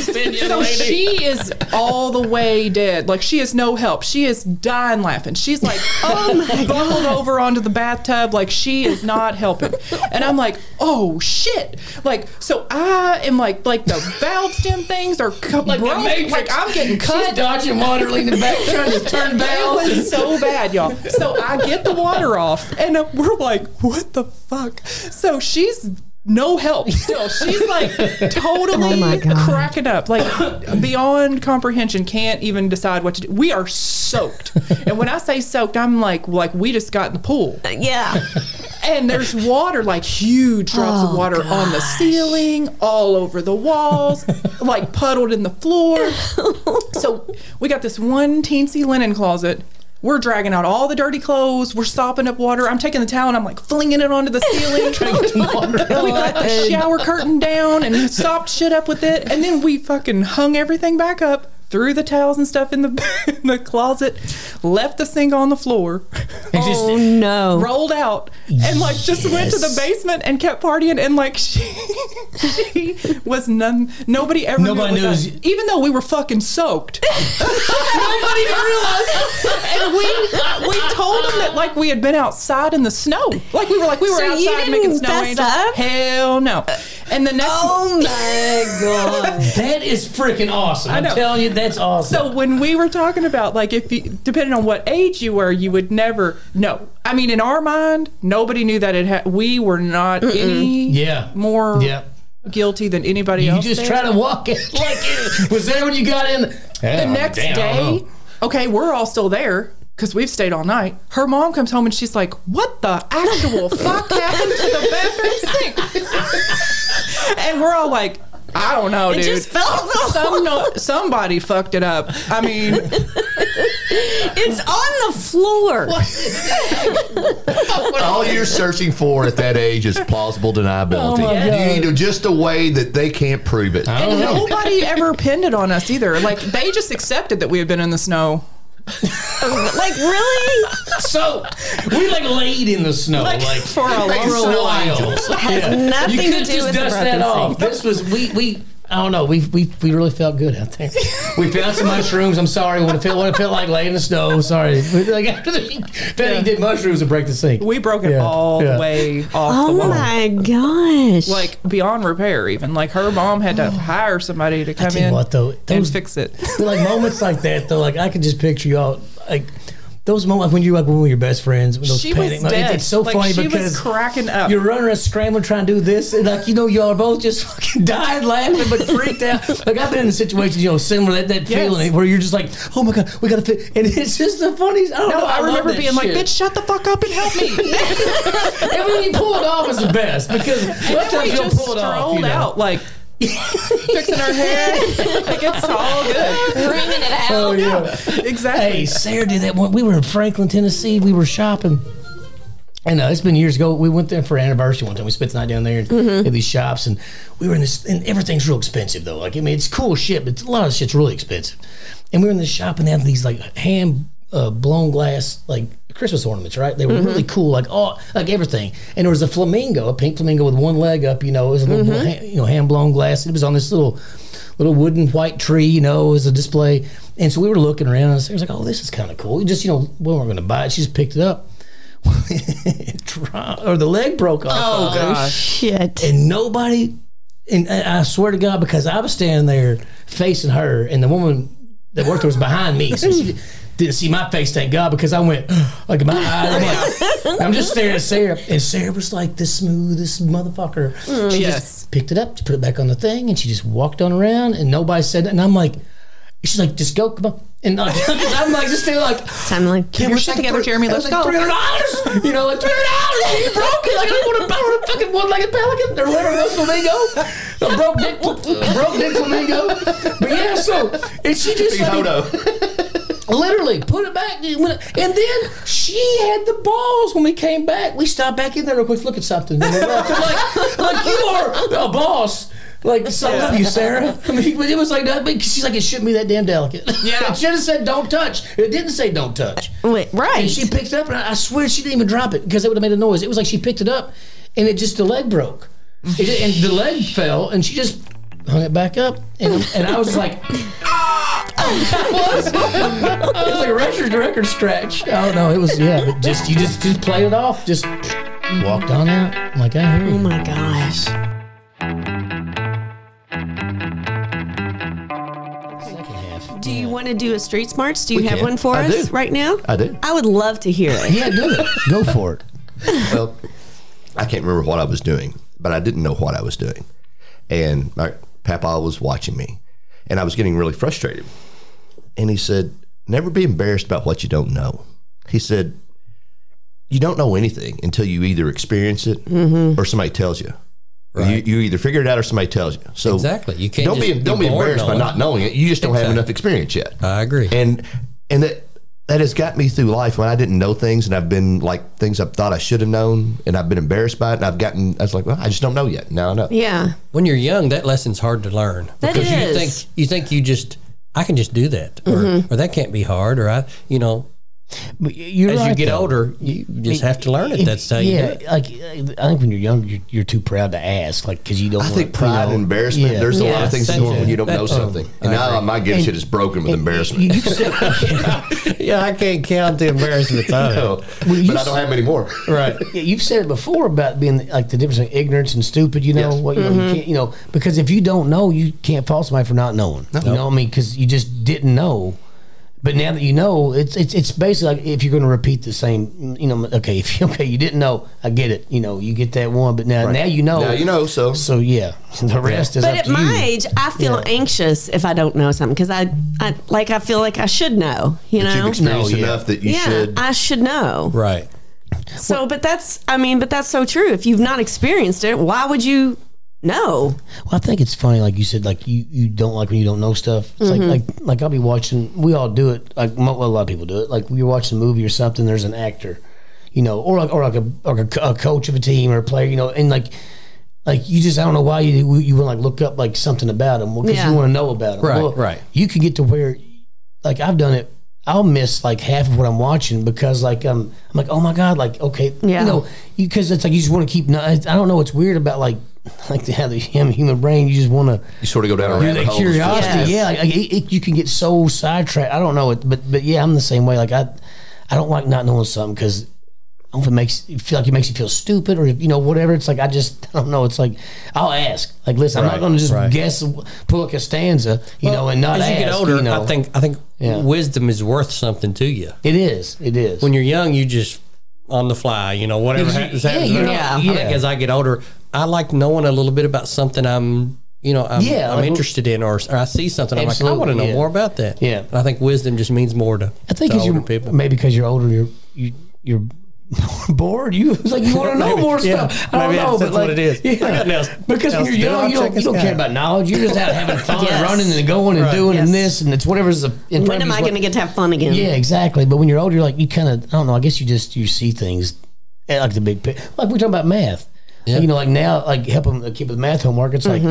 so she is all the way dead. Like she is no help. She is dying laughing. She's like buckled over onto the bathtub. Like she is not helping. And I'm like, oh shit. Like so I am like like the valve stem things are co- like, like I'm getting cut. dodging water, leaning back, trying to turn It was so bad, y'all. So I get the water off, and uh, we're like, "What the fuck?" So she's no help still. She's like totally Oh my God. cracking up, like beyond comprehension. Can't even decide what to do. We are soaked, and when I say soaked, I'm like, like we just got in the pool, yeah. and there's water, like huge drops of Oh, water on the ceiling, all over the walls, like puddled in the floor. so we got this one teensy linen closet. We're dragging out all the dirty clothes. We're sopping up water. I'm taking the towel and I'm like flinging it onto the ceiling. we let the shower curtain down and sopped shit up with it. And then we fucking hung everything back up, threw the towels and stuff in the, in the closet, left the sink on the floor Oh no. rolled out and like just went to the Yes. basement and kept partying and like she, she was none nobody ever Nobody knew, it was knew it us, even though we were fucking soaked nobody realized and we uh, we told them that like we had been outside in the snow like we were like we were So you outside making didn't snow fess angels. up? hell no and the next Oh my god. That is freaking awesome. I'm know. telling you, that's awesome. So when we were talking about like if you depending on what age you were, you would never know. I mean, in our mind, nobody knew that it had. We were not any Yeah. more Yeah. guilty than anybody you else. just there. try to walk it like it was there when you got in. Oh, the next day. Uh-huh. Okay, we're all still there. Because we've stayed all night. Her mom comes home and she's like, What the actual fuck happened to the bathroom sink? and we're all like, I don't know, It dude. just fell off the Some no- somebody fucked it up. I mean, It's on the floor. All you're searching for at that age is plausible deniability. Oh, my Oh. you need to, just a way that they can't prove it. I don't know. Nobody ever pinned it on us either. Like they just accepted that we had been in the snow. Like really? So we like laid in the snow, like, for for a a long while. Has nothing You to could do just with the dust broken that off. sink. This was we we. I don't know. We, we we really felt good out there. We found some mushrooms. I'm sorry. When it felt when it felt like laying in the snow. Sorry. We- Like after the Fanny did mushrooms to break the sink. We broke it Yeah, all yeah. the way off the Oh wall. my gosh. Like beyond repair, even like her mom had to hire somebody to come tell you in what, though, and those- fix it. But, like moments like that though, like I could just picture y'all like those moments when you like when we were your best friends. When those She was panic, moments. dead. it's so Like, funny she was because cracking up. You're running around scrambling trying to do this, and like you know y'all are both just fucking died laughing, but freaked out. Like I've been in situations you know similar that that Yes. feeling where you're just like, oh my god, we gotta fit, and it's just the funniest. I don't know. No, I, love remember that being like, shit. "Bitch, shut the fuck up and help me." And when you pull it off is the best because And then sometimes we you'll just pull strolled it off. You know? out like fixing her hair. like it's all good. bringing it out. Oh yeah. Exactly. Hey, Sarah did that one. We were in Franklin, Tennessee. We were shopping. And uh, it's been years ago. We went there for an anniversary one time. We spent the night down there and at these shops, and we were in this. And everything's real expensive though. Like I mean, it's cool shit, but it's, a lot of shit's really expensive. And we were in this shop, and they had these like hand uh, blown glass like Christmas ornaments, right? They were really cool, like all like everything. And there was a flamingo, a pink flamingo with one leg up. You know, it was a little hand, you know hand blown glass. It was on this little little wooden white tree, you know, as a display. And so we were looking around, and I was like, "Oh, this is kind of cool." We just you know, we weren't going to buy it. She just picked it up. It dropped- or the leg broke off. Oh, gosh. Shit. And nobody, and I I swear to God, because I was standing there facing her, and the woman that worked there was behind me, so she didn't see my face. Thank God, because I went like my eyes. I'm, like, I'm just staring at Sarah, and Sarah was like the smoothest motherfucker. Mm. She yes. just picked it up, she put it back on the thing, and she just walked on around, and nobody said. And I'm like, she's like, just go, come on. And like, I'm like, just standing like. It's time to like, It get was shit like together, three- Jeremy. it was Let's like go. Three hundred dollars. You know, like three hundred dollars. You broke it. Like I want to buy a fucking one-legged pelican or whatever it was, flamingo. A broke dick, broke dick flamingo. But yeah, so and she just like, literally put it back, and went- and then she had the balls when we came back. We stopped back in there real quick, look at something. and we left. I'm like, like you are a boss. Like, so I love you, Sarah. I mean, but it was like that. But she's like, it shouldn't be that damn delicate. Yeah. it should have said, don't touch. It didn't say, don't touch. wait, right. And she picked it up, and I I swear she didn't even drop it because it would have made a noise. It was like she picked it up, and it just the leg broke, It just- and the leg fell, and she just hung it back up, and, and I was like, "Ah!" It was it was like a record record scratch. Oh no, it was yeah, but just you just just played it off, just walked on out. I'm like I hear oh you. my gosh. Second half. Do you want to do a street smarts? Do you have can. one for I us do. right now? I do. I would love to hear it. Yeah, do it. Go for it. well, I can't remember what I was doing, but I didn't know what I was doing. And my papa was watching me, and I was getting really frustrated. And he said, Never be embarrassed about what you don't know. He said, You don't know anything until you either experience it or somebody tells you. Mm-hmm. Right. You, you either figure it out or somebody tells you. So Exactly. You can't don't be just be don't be born embarrassed by knowing. not knowing it. You just don't have enough experience yet I agree. and and that that has got me through life when I didn't know things and I've been like things I thought I should have known and I've been embarrassed by it and I've gotten I was like well I just don't know yet now I know Yeah. when you're young, that lesson's hard to learn That because is. you think you think you just I can just do that, or, or that can't be hard, or I, you know, But you're as you right, get though. older, you just have to learn it. If- That's how you do yeah, it. like I think when you're young, you're, you're too proud to ask, like because you don't. I wanna- think pride you and know, embarrassment yeah. there's a lot Yes, of things that's going on when it. you don't know That's- oh, something and I now my good shit is broken with embarrassment You said- Yeah, I can't count the embarrassments of So, you Oh. but I don't have any more Right. yeah, you've said it before about being like the difference between ignorance and stupid. You know Yes. what? You, know, you can't. You know because if you don't know, you can't fault somebody for not knowing. You know what I mean? Because you just didn't know. But now that you know, it's it's it's basically like if you're going to repeat the same. You know, okay, if you, okay, you didn't know, I get it. You know, you get that one, but now now you know. now you know so So yeah, the rest is But up at to my you. age, I feel Yeah. anxious if I don't know something because I, I, like, I feel like I should know. You you've know, experienced No, yeah. enough that you yeah, should I should know. Right. So, but that's, I mean, but that's so true. If you've not experienced it, why would you know? Well, I think it's funny, like you said, like you, you don't like when you don't know stuff. It's like, like like I'll be watching. We all do it. Like mo- well, a lot of people do it. Like we're watching a movie or something. There's an actor, you know, or like or like a or a, co- a coach of a team or a player, you know, and like like you just I don't know why you you want to like look up like something about them because Yeah. you want to know about them. Right, right. You could get to where, like I've done it. I'll miss like half of what I'm watching because like um I'm like oh my god like okay Yeah. you know because it's like you just want to keep. kno- I don't know. It's weird about like like the, how the human human brain. You just want to you sort of go down a do rabbit that hole Yes. curiosity. Yeah, like, like, it, it- you can get so sidetracked. I don't know it, but but yeah, I'm the same way. Like I I don't like not knowing something because. I don't know if it makes you feel like it makes you feel stupid or you know whatever. It's like I just I don't know. It's like I'll ask. Like listen, I'm not going to just guess, pull a Costanza, you know, and not As you ask. get older, you know. I think I think Yeah. wisdom is worth something to you. it is. It is. When you're young, you just on the fly, you know, whatever Yeah, happens. happens. you're not- I yeah. think as I get older, I like knowing a little bit about something I'm, you know, I'm, Yeah, I'm like- interested in, or, or I see something, I'm like, I Absolutely, want to know yeah. more about that. Yeah. and I think wisdom just means more to, I think to 'cause older you're people. maybe because you're older, you're you, you're bored. You it's like you want to know more yeah. stuff. I don't Maybe that's- know, but that's what like, it is. Yeah. I got nails- because when nails you're to do. I'll young, you check don't, you this don't guy care out. about knowledge. You're just out having fun, Yes. and running and going and doing and this and it's whatever's in front When of am you is I what- going to get to have fun again? Yeah, exactly. But when you're older, you're like you kind of I don't know. I guess you just you see things eh, like the big pic- like we're talking about math. Yeah. Mm-hmm. You know, like now, like helping the kid with math homework, it's like,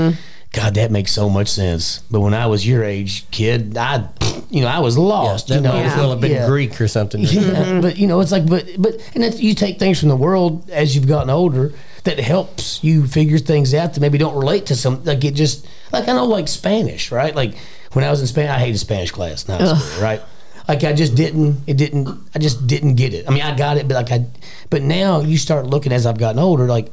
God, that makes so much sense. But when I was your age, kid, I, you know, I was lost. that you know, might as well have been Yeah. Greek or something. Yeah, but you know, it's like, but but, and it's, you take things from the world as you've gotten older that helps you figure things out that maybe don't relate to some. Like it just, like I know, like Spanish, right? Like when I was in Spanish, I hated Spanish class, not school, right? Like I just didn't, it didn't, I just didn't get it. I mean, I got it, but like I, but now you start looking as I've gotten older, like.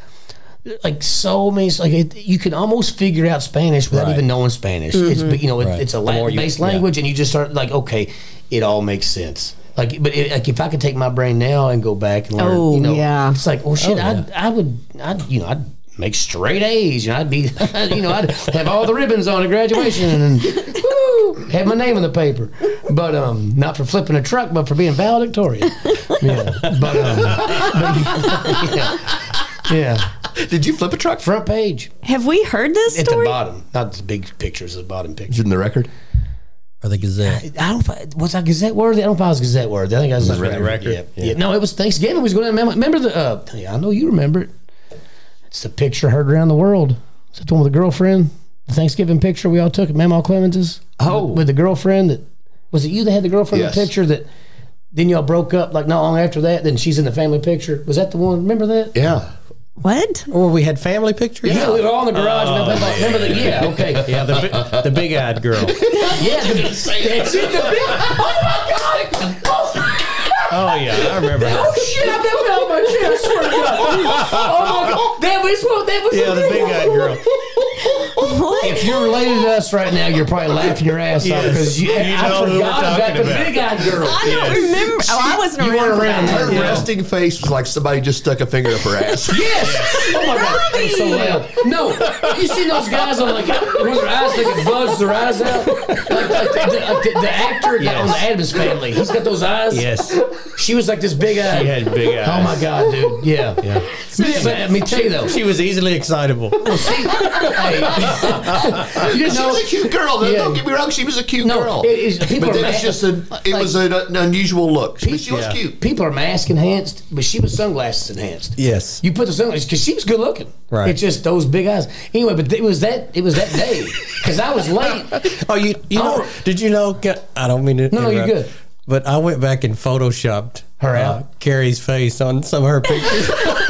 Like so many, like it, you can almost figure out Spanish without Right. even knowing Spanish. It's but, you know it, Right. it's a The more you- Latin based yeah. language language and you just start like okay it all makes sense like but it, like if i could take my brain now and go back and learn Oh, you know yeah. it's like well shit I, I would i would you know i'd make straight a's you know i'd be you know i'd have all the ribbons on at graduation and woo, have my name in the paper but um not for flipping a truck but for being valedictorian yeah but um yeah, yeah. Did you flip a truck front page Have we heard this at story? the bottom not the big pictures the bottom picture in the record? Or the Gazette. I don't. fi- Was I Gazette worthy? I don't think I was Gazette worthy. I think I was just read the record? Yeah. Yeah. No, it was Thanksgiving. We was going to remember, remember the. Uh, yeah, I know you remember it. It's the picture heard around the world. It's the one with the girlfriend. The Thanksgiving picture we all took at Mamaw Clemens's. Oh. with, with the girlfriend that was it you that had the girlfriend in the Yes. picture that. Then y'all broke up like not long after that. Then she's in the family picture. Was that the one? Remember that? Yeah. What? Or we had family pictures. Yeah, we were all in the garage. and everybody- remember that? Yeah, okay. Yeah, the, bi- the big eyed girl. Yeah, the, that's it. The, oh my God! Oh, yeah, I remember her. Oh shit, I've never held my chin, I swear to God. Oh my God. That was what that was. Yeah, the big eyed girl. What? If you're related to us right now, you're probably laughing your ass off Yes. because you, You know I who we're forgot about talking the about. big eyed girl. I don't remember. Oh, I wasn't You around. weren't for that. around. Her Yeah. resting face was like somebody just stuck a finger up her ass. Yes! Oh my god, that was so loud. No, you seen those guys on like when their eyes they can budge their eyes out? Like, like, the, like the, the actor that on the Adams Family, he's got those eyes. Yes. she was like this big eye. She had big eyes. Oh my god, dude. Yeah. Yeah. But, but let me tell you though, She was easily excitable. hey, you She know, was a cute girl. though. Yeah. Don't get me wrong. She was a cute No, girl. it is- people but then are it's mad- just a, it was an, an unusual look. But she was Yeah. cute. people are mask enhanced, but she was sunglasses enhanced. Yes. You put the sunglasses because she was good looking. Right. It's just those big eyes. Anyway, but it was that it was that day because I was late. Oh, you, you know, Oh. did you know? ca- I don't mean to. No, no, you're interrupt, good. But I went back and photoshopped uh, Her out? Carrie's face on some of her pictures. I,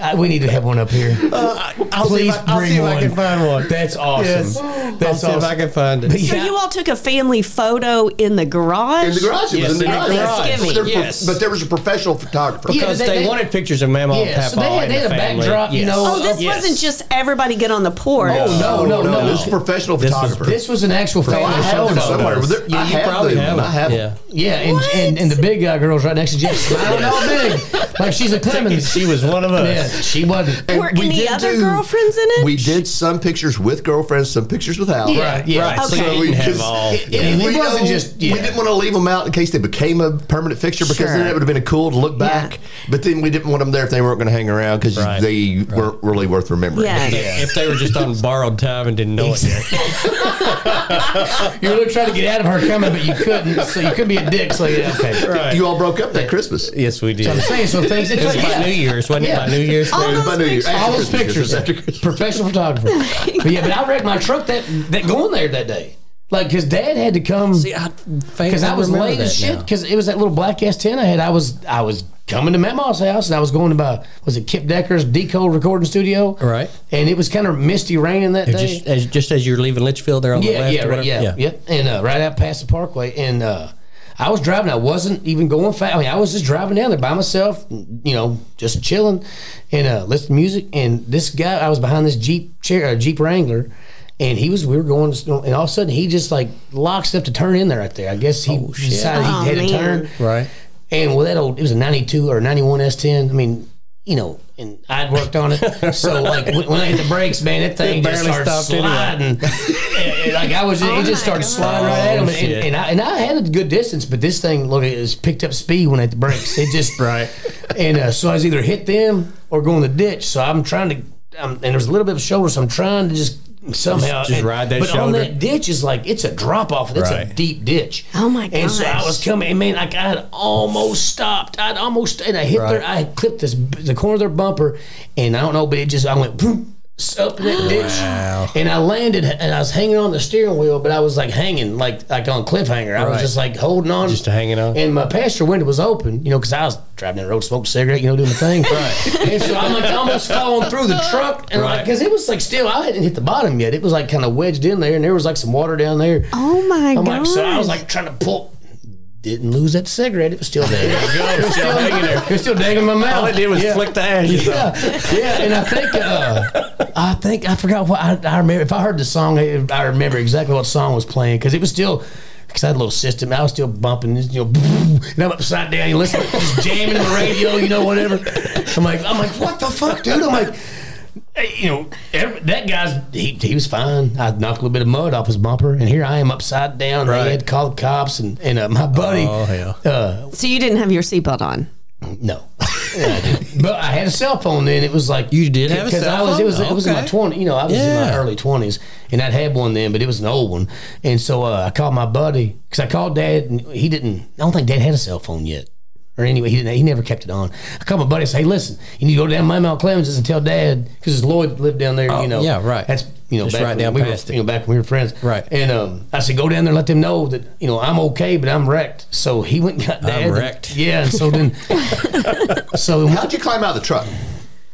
Uh, we need to have one up here. Uh, I'll Please see if I, I'll bring see if I one. can find one. That's awesome. Yes. I'll That's see if I awesome. can find it. So you all took a family photo in the garage? In the garage, it Yes, was in the in the garage. garage. But, there, Yes. but there was a professional photographer. Yeah. Because they- they, they- wanted pictures of Mama and Yeah, Papa so they had- and they had the a family. backdrop, you Yes. know, Oh, this Yes. wasn't just everybody get on the porch. Oh, no, no, no. This is a professional This is- photographer. This was an actual Oh, I family have them photo. somewhere. There- Yeah, I you have probably them. have I have them. them. Yeah, and, What? and and the big guy girl's right next to Jeff, smiling all big, like she's a Clemens. She was one of Yeah, us. she wasn't. Were we any did other do- girlfriends in it? We did some pictures with girlfriends, some pictures without. Yeah, yeah. Right. So Okay. you didn't have Because all. It, it We wasn't know- just. We yeah. didn't want to leave them out in case they became a permanent fixture because Sure. then it would have been cool to look back. But then we didn't want them there if they weren't going to hang around because Right. they weren't really worth remembering. Yes. If they were just on borrowed time and didn't know it yet. You were trying to get out of her coming, but you couldn't, so you couldn't be a dick. So yeah, okay. Right. You all broke up that Christmas. yes, we So I'm did. saying so things. It's It was like, by New yeah, Year's, wasn't Yeah. it? By New Year's. All It was those by New Year's. pictures. After all those Christmas, pictures, after Christmas. professional photographer. But yeah, but I wrecked my truck that that going there that day, like his dad had to come because Because I was late as shit. Because it was that little black ass tent I had. I was I was coming to Mama's house and I was going to my was it Kip Decker's Decode Recording Studio, Right. And it was kind of misty raining that day. Just as, just as you're leaving Litchfield there on the Yeah, left. yeah, or right, whatever. yeah, yep. And uh, right out past the parkway, and uh, I was driving. I wasn't even going fast. I mean, I was just driving down there by myself, you know, just chilling and uh, listening to music. And this guy, I was behind this Jeep chair, uh, Jeep Wrangler, and he was. We were going, and all of a sudden, he just like locks up to turn in there right there. I guess he decided Oh, he had man. to turn. Right. And well, that old it was a '92 or '91 S10. I mean, you know, and I'd worked on it. So like when, when I hit the brakes, man, that thing just barely started stopped anyway. sliding. And- and, like I was, Oh it just my started sliding right God. at him, Oh, and, shit. and I and I had a good distance, but this thing look, it was picked up speed when I hit the brakes. It just Right. and uh, so I was either hit them or go in the ditch. So I'm trying to, I'm, and there's a little bit of shoulder, so I'm trying to just somehow. Just- just ride that but on shoulder. that ditch is like it's a drop off. It's a Right. deep ditch. Oh, my And so I gosh. was coming, and man, like I had almost stopped. I'd almost and I hit Right. their. I had clipped this the corner of their bumper, and I don't know, but it just I went. boom, Up in that ditch, and I landed, and I was hanging on the steering wheel, but I was like hanging, like like on cliffhanger. I was Right. just like holding on, Just hanging on. And my passenger window was open, you know, because I was driving down the road, smoked a cigarette, you know, doing the thing. right. And so I'm like almost falling through the truck, and like Right. because it was like still I hadn't hit the bottom yet. It was like kind of wedged in there, and there was like some water down there. Oh my I'm god. like, so I was like trying to pull. Didn't lose that cigarette. It was still there. it was still hanging there. It was still dangling in my mouth. All it did was yeah. flick the ashes Yeah, yeah, and I think uh, I think I forgot what I, I remember. If I heard the song, I I remember exactly what song was playing because it was still because I had a little system. I was still bumping, this, you know, and I'm upside down. You listen, just jamming the radio, you know, whatever. I'm like, I'm like, what the fuck, dude? I'm like. hey, You know, every, that guy's he, he was fine. I knocked a little bit of mud off his bumper, and here I am upside down. They Right. had called cops, and and uh, my buddy, Oh, hell. uh, so you didn't have your seatbelt on. no. Yeah, I didn't. but I had a cell phone then. It was like You did have a cell I was, It phone? was, it was in my Okay. twenty. You know, I was in Yeah. my early twenties, and I'd had one then, but it was an old one. And so uh, I called my buddy because I called Dad, and he didn't. I don't think Dad had a cell phone yet, or anyway, he didn't. He never kept it on. I called my buddy and said, "Hey, listen, you need to go down to my Mount Clemens and tell Dad because Lloyd lived down there. you know, Oh, yeah, right. That's you know, Just back right when down we past were, it. you know, back when we were friends, Right. And um, I said, go down there, and let them know that you know I'm okay, but I'm wrecked. So he went and got Dad. I'm wrecked. Yeah, and so then, so How'd you climb out of the truck?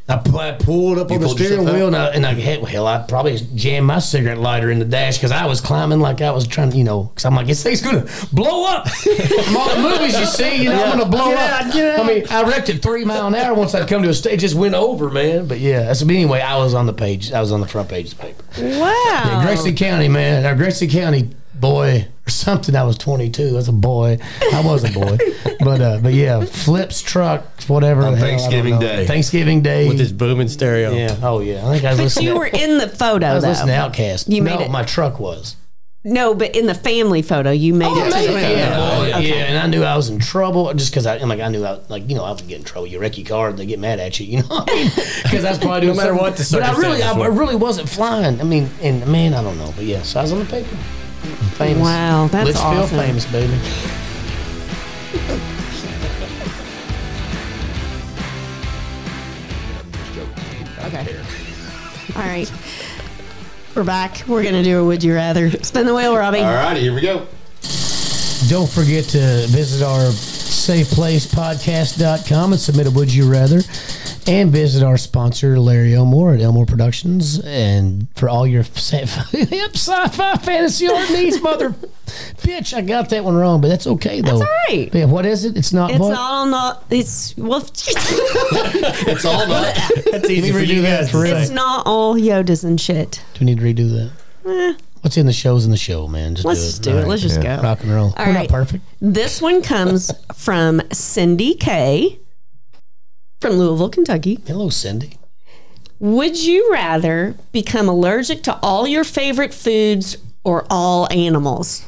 I, pu- I pulled up on the pulled steering yourself wheel, and I, and I had, hell, I probably jammed my cigarette lighter in the dash because I was climbing like I was trying to, you know, because I'm like, this thing's gonna blow up. From all the movies you see, you know, I'm gonna blow up. I mean, I wrecked at three mile an hour once I'd come to a stage, just went over, man. But yeah, that's, but anyway, I was on the page, I was on the front page of the paper. Wow. Yeah, Gracie County, man. Or Gracie County boy or something. I was 22. That's a boy. I was a boy. but uh, but yeah, flips truck, whatever. the hell, I don't Thanksgiving know. Day. Thanksgiving Day. with his booming stereo. yeah. Oh yeah. I think I was But listening. you were in the photo I was though. listening to Outcast. You no, made it- my truck was. No, but in the family photo, you made Oh, it. to the yeah, photo. Oh, yeah, yeah, and I knew I was in trouble just because I, I'm like, I knew I, like, you know, I would get in trouble. You wreck your car, they get mad at you, you know. Because I, mean? 'Cause I was probably doing No matter something- what the But I really, I, circumstances I were. really wasn't flying. I mean, and man, I don't know, but yeah, so I was on the paper. Famous. Wow, that's Let's awesome. feel famous, baby. Okay. All right. We're back. We're going to do a Would You Rather. Spin the wheel, Robbie. All righty, here we go. Don't forget to visit our safeplacepodcast.com and submit a Would You Rather. And visit our sponsor, Larry Elmore at Elmore Productions. And for all your sci fi fantasy art needs, mother bitch, I got that one wrong, but that's okay, though. all right. Yeah, what is it? It's not It's what? all not. It's well. It's all about That's easy for Let me redo you that guys. for to real. say. It's not all yodas and shit. Do we need to redo that? What's in the show's in the show, man. Just Eh. Let's do it. just do it. Let's just go. Rock and roll. We're right. not perfect. This one comes from Cindy K. From Louisville, Kentucky. Hello, Cindy. Would you rather become allergic to all your favorite foods or all animals?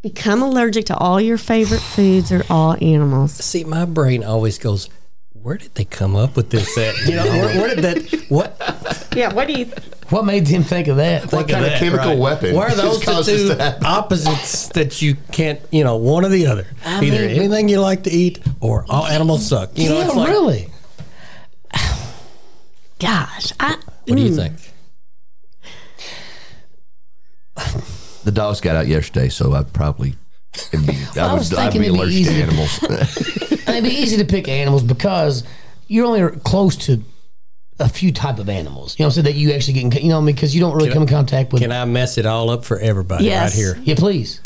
Become allergic to all your favorite foods or all animals. See, my brain always goes, where did they come up with this at? You know, where, where did that, what, Yeah, what do you What made him think of that? think kind of that, chemical weapon Why are those the causes two that? opposites that you can't, you know, one or the other? Either mean- anything you like to eat or all animals suck. You know, yeah, it's like, really? Gosh, I mm, what do you think? The dogs got out yesterday, so I'd probably. It'd be, I, I was would, I'd thinking be it'd be allergic to easy. animals. And it'd be easy to pick animals because you're only close to a few type of animals. You know, what I'm saying that you actually get, in, you know, what I mean, because you don't really come in contact with. Can I mess it all up for everybody Yes. right here? yeah, please.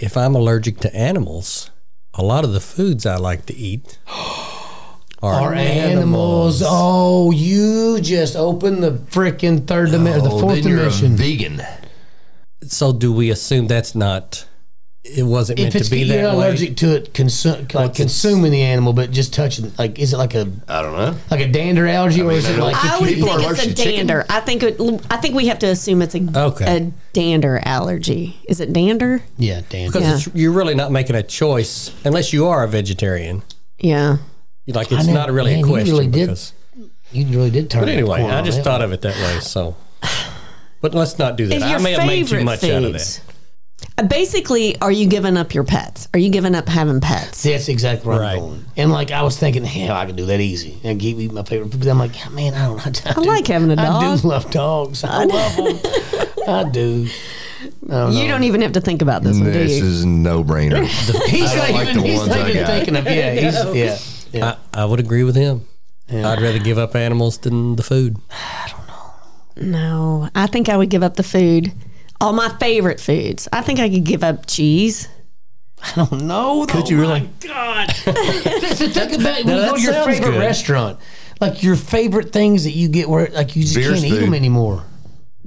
If I'm allergic to animals, a lot of the foods I like to eat are, Our animals. Oh, you just open the freaking third dimension, the Oh, fourth then you're a dimension. vegan. So do we assume that's not? It wasn't If meant it's to be you're that way. allergic to it, consu- like it's- consuming the animal, but just touching, like, is it like a I don't know. like a dander allergy, or is it like? I If would people think are it's a allergic to chicken- dander. I think it, I think we have to assume it's a Okay. a dander allergy. Is it dander? yeah, dander. Because it's- you're really not making a choice unless you are a vegetarian. Yeah. You- Like it's know. not really Man, a you question. really did because, you really did turn. but that anyway, corner I on just that thought of it that way. So But let's not do that. Is I your may have made too favorite much out of foods. that. Uh, Basically, are you giving up your pets? Are you giving up having pets? That's exactly where Right. I'm going. And like I was thinking, hell, I can do that easy. And give me my favorite. But I'm like, man, I don't. I, do, like having a I dog. do love dogs. I love them. I do. You don't even have to think about this one, do This you? is no brainer. He's not like even. the He's ones I not even got. thinking of. Yeah. He's, yeah. Yeah. I, I would agree with him. I'd rather give up animals than the food. no, I think I would give up the food. All my favorite foods. I think I could give up cheese. I don't know. Could you really? God. so think about it. When Now, you go that to your sounds favorite good. restaurant, like your favorite things that you get, where like you just Beer's can't eat food. them anymore.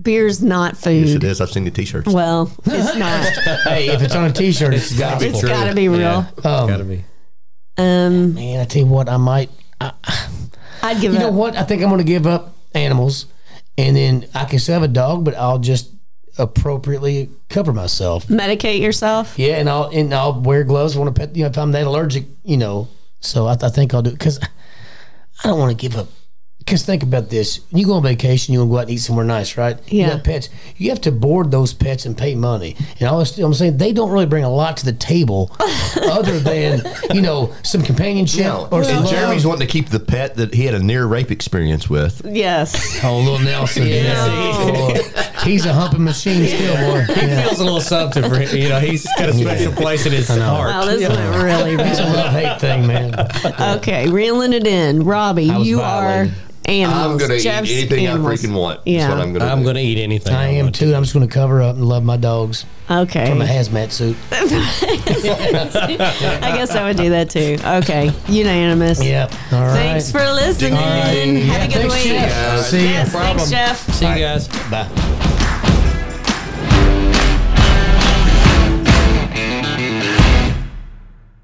Beer's not yes, it food. is. I've seen the T-shirts. Well, it's not. hey, if it's on a T-shirt, it's got. Gotta be it's true. got to be real. Um, Gotta be. Um, Oh, Man, I tell you what, I might. I'd give You it know up. what? I think I'm going to give up animals, and then I can still have a dog, but I'll just appropriately cover myself. Medicate yourself. Yeah, and I'll and I'll wear gloves. Want to pet? You know, if I'm that allergic, you know. So I, I think I'll do because I don't want to give up. Because think about this: you go on vacation, you want to go out and eat somewhere nice, right? Yeah. You got pets. You have to board those pets and pay money. And I was, I'm saying they don't really bring a lot to the table, other than you know some companionship No, or some and Jeremy's love. wanting to keep the pet that he had a near rape experience with. Yes. Oh, little Nelson. Yeah. He's a humping machine still, boy. Yeah. Feels a little something for him. You know, he's got a special place in his Wow, heart. Oh, this went really It's a bad. love hate thing, man. Okay, reeling it in. Robbie, was you violated. are animals. I'm gonna Jeff's eat anything animals. I freaking want. Yeah. That's what I'm gonna. I'm do. going to eat anything. I am want. too. I'm just going to cover up and love my dogs Okay. from a hazmat suit. I guess I would do that too. Okay, unanimous. Yep. All right. Thanks for listening. All right. Have a Yeah, good thanks, week. Jeff. See ya. Yes, thanks, Jeff. See you guys. Bye.